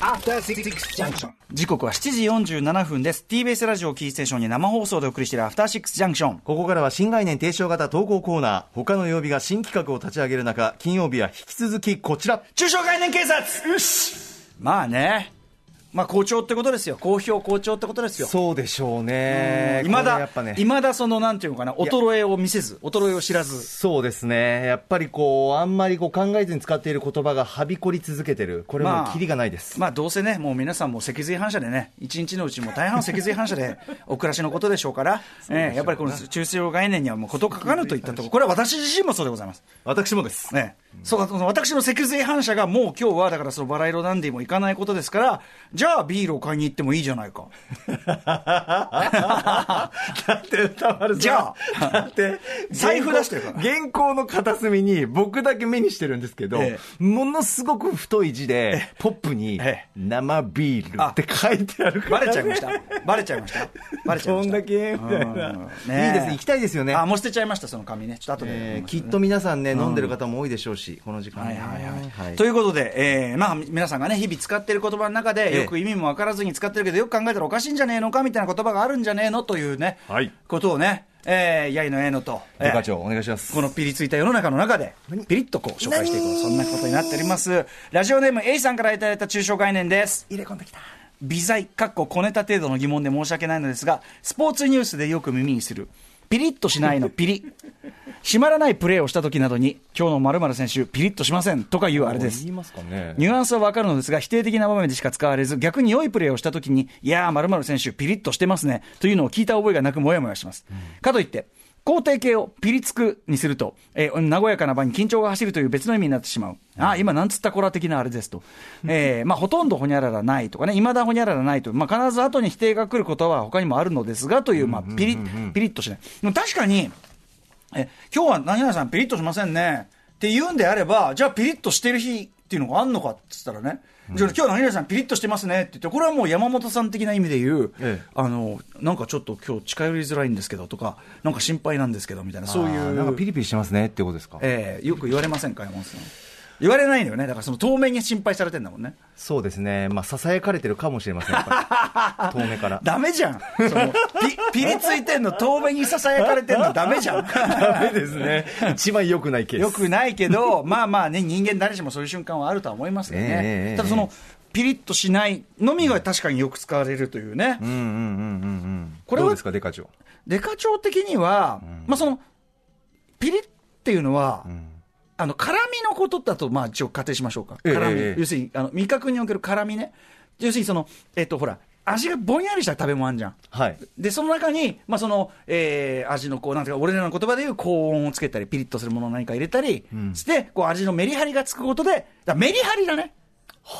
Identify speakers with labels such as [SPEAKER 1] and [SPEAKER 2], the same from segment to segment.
[SPEAKER 1] アフターシックスジャンクション。
[SPEAKER 2] 時刻は7時47分です。TBS ラジオキーステーションに生放送でお送りしているアフターシックスジャンクション。
[SPEAKER 3] ここからは新概念提唱型投稿コーナー他の曜日が新企画を立ち上げる中金曜日は引き続きこちら
[SPEAKER 2] 中小概念警察よしまあね。まあ、好調ってことですよ。好評好調ってことですよ。
[SPEAKER 3] そうでしょうね
[SPEAKER 2] いま
[SPEAKER 3] これ
[SPEAKER 2] だ
[SPEAKER 3] やっぱね、
[SPEAKER 2] いまだその、なんていうのかな、衰えを見せず、衰えを知らず。
[SPEAKER 3] そうですねやっぱりこうあんまりこう考えずに使っている言葉がはびこり続けてるこれもうキリがないです、
[SPEAKER 2] まあ、どうせね、もう皆さんも脊髄反射でね、一日のうちも大半は脊髄反射で お暮らしのことでしょうから、ええやっぱりこの中小概念にはもう事欠かぬといったところ、これは私自身もそうでございます。
[SPEAKER 3] 私も です
[SPEAKER 2] ね、そうかその私の脊髄反射がもう今日は、だからそのバラ色ダンディも行かないことですから、じゃあビールを買いに行ってもいいじゃないか。
[SPEAKER 3] だって歌丸さん
[SPEAKER 2] じゃあ
[SPEAKER 3] だって
[SPEAKER 2] 財布出してるから
[SPEAKER 3] 原稿の片隅に僕だけ目にしてるんですけど、
[SPEAKER 2] え
[SPEAKER 3] ものすごく太い字でポップに
[SPEAKER 2] ええ
[SPEAKER 3] 「生ビール」って書いてあるから、
[SPEAKER 2] バレちゃい ました。バレちゃいました。バレちゃい
[SPEAKER 3] ど
[SPEAKER 2] まし
[SPEAKER 3] ん
[SPEAKER 2] た。
[SPEAKER 3] だけみたいな、
[SPEAKER 2] うん
[SPEAKER 3] いいですね行きたいですよね
[SPEAKER 2] あ、もう捨てちゃいました、その紙ね。ちょっと後で、
[SPEAKER 3] えーきっと皆さんね、飲んでる方も多いでしょうし、この時間
[SPEAKER 2] は
[SPEAKER 3] ね
[SPEAKER 2] いはいはい
[SPEAKER 3] はい
[SPEAKER 2] ということで、えーまあ、皆さんがね、日々使ってる言葉の中
[SPEAKER 3] え
[SPEAKER 2] で、
[SPEAKER 3] え
[SPEAKER 2] よく意味も分からずに使ってるけど、よく考えたらおかしいんじゃねえのかみたいな言葉があるんじゃねえのというね、
[SPEAKER 3] はい
[SPEAKER 2] ことをね、えーやいのえいのと、えー
[SPEAKER 3] 部課長、お願いします。
[SPEAKER 2] このピリついた世の中の中で、ピリッとこう紹介していこう、そんなことになっております。ラジオネーム A さんからいただいた抽象概念です。
[SPEAKER 3] 入れ込んできた。
[SPEAKER 2] 微細、かっこ小ネタ程度の疑問で申し訳ないのですが、スポーツニュースでよく耳にする、ピリッとしないのピリ。締まらないプレーをした時などに、今日の〇〇選手、ピリッとしませんとかいうあれです
[SPEAKER 3] 言い。ますかね。
[SPEAKER 2] ニュアンスはわかるのですが、否定的な場面でしか使われず、逆に良いプレーをしたときに、いやー、まる選手、ピリッとしてますね、というのを聞いた覚えがなく、もやもやします。かといって、肯定形をピリつくにすると、えー、和やかな場に緊張が走るという別の意味になってしまう。ああ、今なんつったこら的なあれですと。えー、まあ、ほとんどほにゃららないとかね、いまだほにゃららないと。まあ、必ず後に否定が来ることは他にもあるのですが、という、まあ、ピリ、ピリッとしない。でも確かに、え、今日は何々さんピリッとしませんね。って言うんであれば、じゃあピリッとしてる日っていうのがあんのかって言ったらね、じゃあ今日は何々さんピリッとしてますねって言って、これはもう山本さん的な意味で言う、
[SPEAKER 3] ええ
[SPEAKER 2] あの、なんかちょっと今日近寄りづらいんですけどとか、なんか心配なんですけどみたいな、
[SPEAKER 3] そ
[SPEAKER 2] そうう
[SPEAKER 3] い。
[SPEAKER 2] いうう。
[SPEAKER 3] なんかピリピリしてますねってことですか。
[SPEAKER 2] ええよく言われませんか、山本さん。言われないのよね。だからその透明に心配されてんだもんね。
[SPEAKER 3] そうですね。まあ、囁かれてるかもしれません。やっぱ り遠目から。
[SPEAKER 2] ダメじゃん。そのピ、 ピリついてんの、透明に囁かれてんの、ダメじゃ ん。
[SPEAKER 3] ダメですね。一番良くないケース。
[SPEAKER 2] よくないけど、 まあまあね、人間誰しもそういう瞬間はあるとは思いますけどね、
[SPEAKER 3] ええ
[SPEAKER 2] ただその、ピリッとしないのみが確かによく使われるというね、
[SPEAKER 3] うんうんうんうんうん。
[SPEAKER 2] これは
[SPEAKER 3] どうですか、デカ長。
[SPEAKER 2] デカ長的には、まあその、ピリッっていうのは、あの辛みのことだと、まあ、一応仮定しましょうか、
[SPEAKER 3] ええ
[SPEAKER 2] 辛み、
[SPEAKER 3] ええ
[SPEAKER 2] 要するにあの味覚における辛みね、要するにその、えっと、ほら、味がぼんやりした食べ物あるじゃん。
[SPEAKER 3] はい。
[SPEAKER 2] で、その中に、まあ、その、えー味のこう、なんていうか、俺らの言葉でいう高温をつけたり、ピリッとするものを何か入れたりして、こう、味のメリハリがつくことで、だからメリハリだね。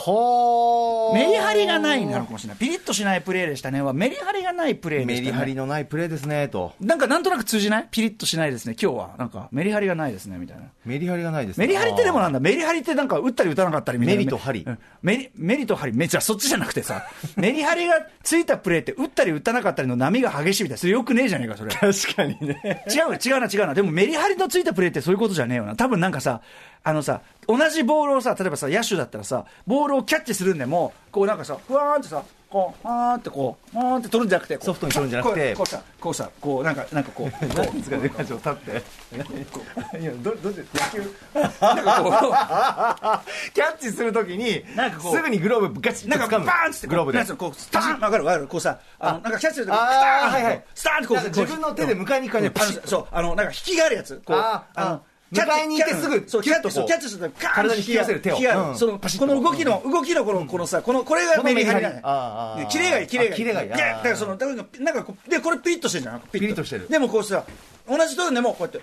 [SPEAKER 3] ほー。
[SPEAKER 2] メリハリがないなのかもしれない。ピリッとしないプレーでしたねは、メリハリがないプレーで
[SPEAKER 3] メ
[SPEAKER 2] したね。
[SPEAKER 3] リハリのないプレーですね、と。
[SPEAKER 2] なんか、なんとなく通じないピリッとしないですね、今日は。なんか、メリハリがないですね、みたいな。
[SPEAKER 3] メリハリがないですね
[SPEAKER 2] メリハリってでもなんだ、メリハリってなんか打ったり打たなかったりみたいな。
[SPEAKER 3] メリとハリ
[SPEAKER 2] うんメリメリとハリ、めじゃあそっちじゃなく てさ、メリハリがついたプレーって打ったり打たなかったりの波が激しいみたいな、それよくねえじゃねえか、それ。
[SPEAKER 3] あー確かにね。
[SPEAKER 2] 違う違うな違うなでもメリハリのついたプレーってそういうことじゃねえよな多分なんかさあのさ同じボールをさ例えばさ野手だったらさボールをキャッチするんでもこうなんかさふわーんってさこうふわーんってこうふわーんって取るんじゃなくてこう
[SPEAKER 3] ソフトに取るんじゃなくて
[SPEAKER 2] こうこうさこうさこうなんかなんかこうこ
[SPEAKER 3] 何ですか、デカ長、立って。いや、ど、どっち、野球。
[SPEAKER 2] うなんかこう
[SPEAKER 3] キャッチするときに
[SPEAKER 2] なんかこう
[SPEAKER 3] すぐにグローブガチッ
[SPEAKER 2] なん
[SPEAKER 3] と
[SPEAKER 2] か
[SPEAKER 3] 掴
[SPEAKER 2] バ
[SPEAKER 3] む
[SPEAKER 2] ーンっつって
[SPEAKER 3] グローブで
[SPEAKER 2] なんつうのこうスターンわかるわかるこうさあのなんかキャッチするときスタ
[SPEAKER 3] あ
[SPEAKER 2] ーン
[SPEAKER 3] ーはいはい
[SPEAKER 2] スターンってこう
[SPEAKER 3] なんか自分の手で迎えに行く感じで
[SPEAKER 2] うんあのそうあのなんか引きがあるやつこう
[SPEAKER 3] あーあー
[SPEAKER 2] キャッチ
[SPEAKER 3] 迎えに行って
[SPEAKER 2] キャッチ
[SPEAKER 3] すぐ
[SPEAKER 2] そうキ
[SPEAKER 3] キュ
[SPEAKER 2] ャッ
[SPEAKER 3] ッと
[SPEAKER 2] チそう
[SPEAKER 3] こう
[SPEAKER 2] キャッチするとカーン
[SPEAKER 3] 体に引き寄せる手を
[SPEAKER 2] 引きがあ
[SPEAKER 3] う
[SPEAKER 2] る
[SPEAKER 3] ん
[SPEAKER 2] その
[SPEAKER 3] パシッ
[SPEAKER 2] この動きの動きのこのこのさこのこれが
[SPEAKER 3] このメ
[SPEAKER 2] メ
[SPEAKER 3] リハ
[SPEAKER 2] リハ
[SPEAKER 3] リ
[SPEAKER 2] リなんだよ
[SPEAKER 3] あーあー
[SPEAKER 2] ねキレがいいキレがいい
[SPEAKER 3] キレがいい
[SPEAKER 2] でだからそのだからなんかこうでこれピリッとしてるじゃん
[SPEAKER 3] ピリッとしてる
[SPEAKER 2] でもこうさ同じとこでもこうやって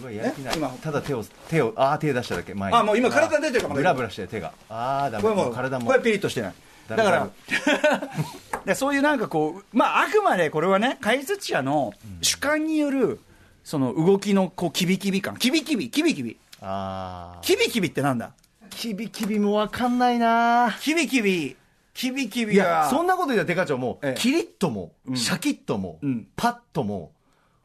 [SPEAKER 3] うわやる気ない
[SPEAKER 2] ね今
[SPEAKER 3] ただ手を手をああ手出しただけ前に
[SPEAKER 2] あもう今体出てるか
[SPEAKER 3] あ
[SPEAKER 2] も
[SPEAKER 3] ーブラブラしてる手がああだ
[SPEAKER 2] こ
[SPEAKER 3] め
[SPEAKER 2] れもう
[SPEAKER 3] 体も
[SPEAKER 2] これピリッとしてないだ
[SPEAKER 3] だ
[SPEAKER 2] か
[SPEAKER 3] るだ
[SPEAKER 2] ら でそういうなんかこうまああくまでこれはね解説者の主観によるその動きのこうキビキビ感キビキビキビキビ
[SPEAKER 3] ああ
[SPEAKER 2] キビキビってなんだ
[SPEAKER 3] キビキビもわかんないな
[SPEAKER 2] キビキビキビキ
[SPEAKER 3] い
[SPEAKER 2] ビ
[SPEAKER 3] や
[SPEAKER 2] が
[SPEAKER 3] そんなこと言ったらデカ長も
[SPEAKER 2] ええ
[SPEAKER 3] キリッともシャキッとも
[SPEAKER 2] ん
[SPEAKER 3] パッとも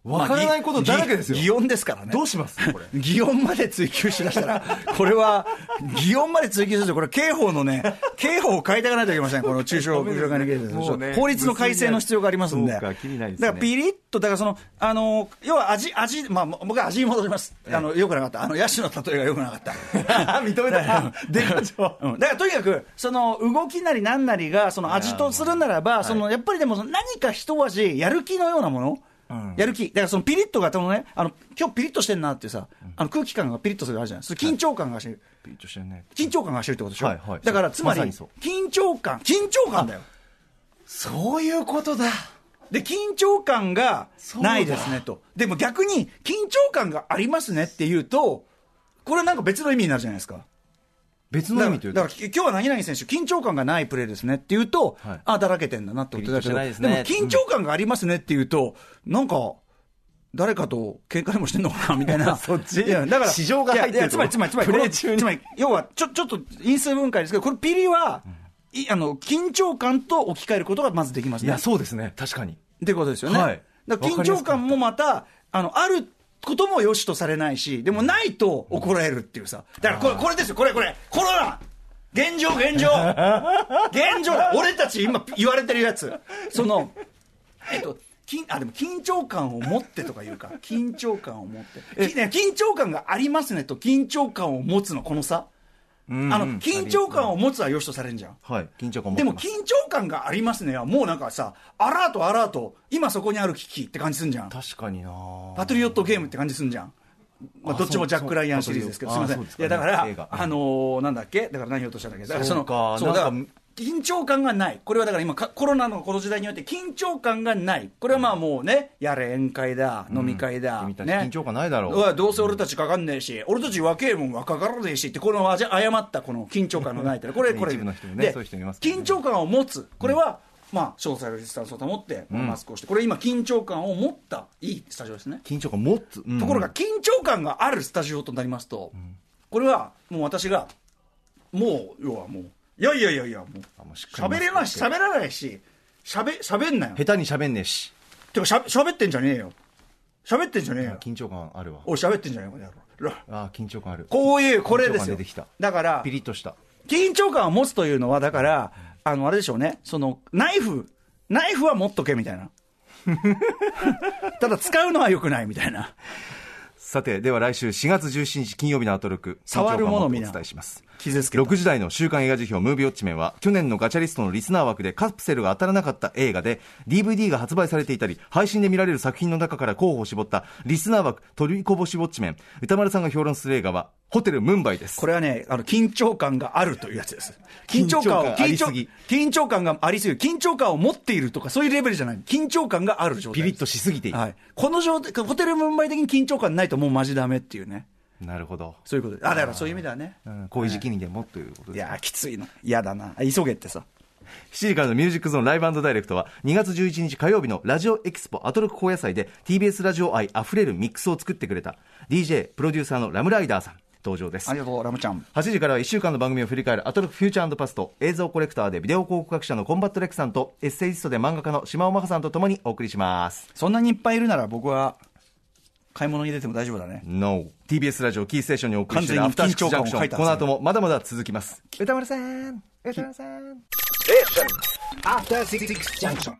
[SPEAKER 3] わからないことだらけですよ
[SPEAKER 2] まあぎ擬音ですからね。
[SPEAKER 3] どうしますこれ
[SPEAKER 2] 擬音まで追求し だしたら、これは、擬音まで追求すると、これ、刑法の ね、刑法を変えていかないといけません、この中小屋上管理経
[SPEAKER 3] もうね
[SPEAKER 2] 済法律の改正の必要がありますんで、
[SPEAKER 3] そうか気になりますね
[SPEAKER 2] だから、ピリッと、だからその、あの要は味、味、まあ、も僕は味に戻ります、あのよくなかった、あの野手の例えがよくなかった。
[SPEAKER 3] 認めた出ましょ
[SPEAKER 2] うんだからとにかく、その動きなりなんなりが、その味とするならば、そのやっぱりでも、その何か一味、やる気のようなもの、
[SPEAKER 3] ん
[SPEAKER 2] やる気、だからそのピリッとが、そのね、あの今日ピリッとしてんなっていうさ、あの空気感がピリッとするのあるじゃない、それ緊張感が走る、
[SPEAKER 3] ピリッとしてるね
[SPEAKER 2] 緊張感が走るってことでしょ、
[SPEAKER 3] はいはい
[SPEAKER 2] だからつまり、
[SPEAKER 3] まさにそう
[SPEAKER 2] 緊張感、緊張感だよ、
[SPEAKER 3] そういうことだ
[SPEAKER 2] で緊張感が
[SPEAKER 3] そうだ
[SPEAKER 2] ないですねと、でも逆に、緊張感がありますねっていうと、これなんか別の意味になるじゃないですか。
[SPEAKER 3] 別
[SPEAKER 2] だ
[SPEAKER 3] の意味
[SPEAKER 2] から
[SPEAKER 3] という
[SPEAKER 2] だからき今日は何々選手、緊張感がないプレーですねって言うと、
[SPEAKER 3] はい
[SPEAKER 2] あだらけてんだなってことだけど、
[SPEAKER 3] ピリッとしてないですね
[SPEAKER 2] も緊張感がありますねって言うと、なんか、誰かと喧嘩でもしてんのかなみたい な、
[SPEAKER 3] そっち
[SPEAKER 2] いやだから
[SPEAKER 3] 市場が入ってる
[SPEAKER 2] いやいやつまり、つまり、つまり、
[SPEAKER 3] プレー
[SPEAKER 2] この
[SPEAKER 3] 中に
[SPEAKER 2] つまり、要はちょちょっと因数分解ですけど、これ、ピリは、いあの緊張感と置き換えることがまずできます
[SPEAKER 3] い
[SPEAKER 2] ね。
[SPEAKER 3] やそうですね確かに
[SPEAKER 2] ってことですよね。
[SPEAKER 3] はい
[SPEAKER 2] だから緊張感もまた、あの、あることも良しとされないし、でもないと怒られるっていうさ。だからこれ、これですよ、これ、これ、コロナ現状、現状現状だ俺たち今言われてるやつ。その、えっと、緊あでも緊張感を持ってとか言うか、緊張感を持って、きね緊張感がありますねと、緊張感を持つの、この差、あの緊張感を持つは良しとされるじゃん、
[SPEAKER 3] はい緊張感を持
[SPEAKER 2] で
[SPEAKER 3] って
[SPEAKER 2] も
[SPEAKER 3] ます
[SPEAKER 2] 緊張感がありますねはもうなんかさ、アラート、アラート、今そこにある危機って感じすんじゃん、
[SPEAKER 3] 確かにな
[SPEAKER 2] パトリオットゲームって感じすんじゃん。まあ、
[SPEAKER 3] あ
[SPEAKER 2] どっちもジャッ
[SPEAKER 3] そう
[SPEAKER 2] ク・ライアンシリーズですけど、す
[SPEAKER 3] そ
[SPEAKER 2] み
[SPEAKER 3] う
[SPEAKER 2] ません、
[SPEAKER 3] そう
[SPEAKER 2] い
[SPEAKER 3] です
[SPEAKER 2] やだか
[SPEAKER 3] 映画
[SPEAKER 2] ら、あのーなんだっけ、だから何をとしたんだっけ、だからその
[SPEAKER 3] そうか
[SPEAKER 2] そうだから
[SPEAKER 3] なんか
[SPEAKER 2] 緊張感がない、これはだから今、かコロナのこの時代によって、緊張感がない、これはまあもうね、やれ、宴会だ、飲み会だ、
[SPEAKER 3] 君たち
[SPEAKER 2] ね
[SPEAKER 3] 緊張感ないだろう
[SPEAKER 2] わどうせ俺たちかかんねえし、俺たち若えもんはかからねえしって、このあじ誤ったこの緊張感のないって、これ、
[SPEAKER 3] ね
[SPEAKER 2] これ、
[SPEAKER 3] 一部の人もね
[SPEAKER 2] で
[SPEAKER 3] そういう人いますからね
[SPEAKER 2] 緊張感を持つ、これは、まあ、詳細のディスタンスを保って、マスクをして、これ今、緊張感を持った、いいスタジオですね。
[SPEAKER 3] 緊張感持つ、うん
[SPEAKER 2] ところが緊張感があるスタジオとなりますと、これはもう私が、もう、要はもう、いやいやいやいや、も
[SPEAKER 3] あも
[SPEAKER 2] う
[SPEAKER 3] うしっ、かり
[SPEAKER 2] 喋れないし、喋らないし、喋、喋んなよ。
[SPEAKER 3] 下手に喋んねえして
[SPEAKER 2] か、しゃ喋ってんじゃねえよ。喋ってんじゃねえよ。
[SPEAKER 3] 緊張感あるわ
[SPEAKER 2] おい、喋ってんじゃねえよ、この野郎ら
[SPEAKER 3] あー緊張感ある
[SPEAKER 2] こういう、これ
[SPEAKER 3] 緊
[SPEAKER 2] で
[SPEAKER 3] 張
[SPEAKER 2] す
[SPEAKER 3] 感
[SPEAKER 2] よ
[SPEAKER 3] 出てきた。
[SPEAKER 2] だから
[SPEAKER 3] ピ、リッとした
[SPEAKER 2] 緊張感を持つというのは、だから、あの、あれでしょうね、その、ナイフ、ナイフは持っとけみ たいな。ただ、使うのは良くないみたいな。
[SPEAKER 3] さてでは来週4月17日金曜日のアトロック
[SPEAKER 2] 触るもの
[SPEAKER 3] 緊張感を持っ
[SPEAKER 2] み
[SPEAKER 3] て
[SPEAKER 2] な
[SPEAKER 3] お伝えします
[SPEAKER 2] 傷つけた
[SPEAKER 3] 6時台の週刊映画辞表ムービーウォッチメンは去年のガチャリストのリスナー枠でカプセルが当たらなかった映画で DVD が発売されていたり配信で見られる作品の中から候補を絞ったリスナー枠取りこぼしウォッチメン歌丸さんが評論する映画はホテルムンバイです
[SPEAKER 2] これはね、あの、緊張感があるというやつです。緊張感を、
[SPEAKER 3] 緊張感あり
[SPEAKER 2] 緊張
[SPEAKER 3] すぎ、
[SPEAKER 2] 緊張感がありすぎる。緊張感を持っているとか、そういうレベルじゃない。緊張感がある状態
[SPEAKER 3] ピ
[SPEAKER 2] で
[SPEAKER 3] リッ
[SPEAKER 2] す。
[SPEAKER 3] としすぎている、
[SPEAKER 2] はい。この状態、ホテルムンバイ的に緊張感ないともうマジダメっていうね。
[SPEAKER 3] なるほど、
[SPEAKER 2] そういうことであ、だからそういう意味ではね。
[SPEAKER 3] うん、こういう時期にでもということ
[SPEAKER 2] い
[SPEAKER 3] ですね
[SPEAKER 2] やー、きついの。嫌だな。急げってさ。
[SPEAKER 3] 7時からのミュージックゾーンライブダイレクトは2月11日火曜日のラジオエキスポアトロック高野祭で TBS ラジオ愛あふれるミックスを作ってくれた DJ プロデューサーのラムライダーさん登場です
[SPEAKER 2] ありがとう、ラムちゃん。
[SPEAKER 3] 8時からは1週間の番組を振り返るアトロックフューチャーパスト映像コレクターでビデオ広告学者のコンバットレックさんとエッセイストで漫画家の島尾真帆さんとともにお送りします
[SPEAKER 2] そんなにいっぱいいるなら僕は、買い物に出ても大丈夫だね。
[SPEAKER 3] No TBS ラジオキーステーションにお送りしているア
[SPEAKER 2] 完
[SPEAKER 3] フター
[SPEAKER 2] 全に
[SPEAKER 3] シックスジャンクシ
[SPEAKER 2] 緊張感を書
[SPEAKER 3] ョ
[SPEAKER 2] い
[SPEAKER 3] ン
[SPEAKER 2] た
[SPEAKER 3] この後もまだまだ続きます歌丸さん歌丸さん
[SPEAKER 1] After Six Junction.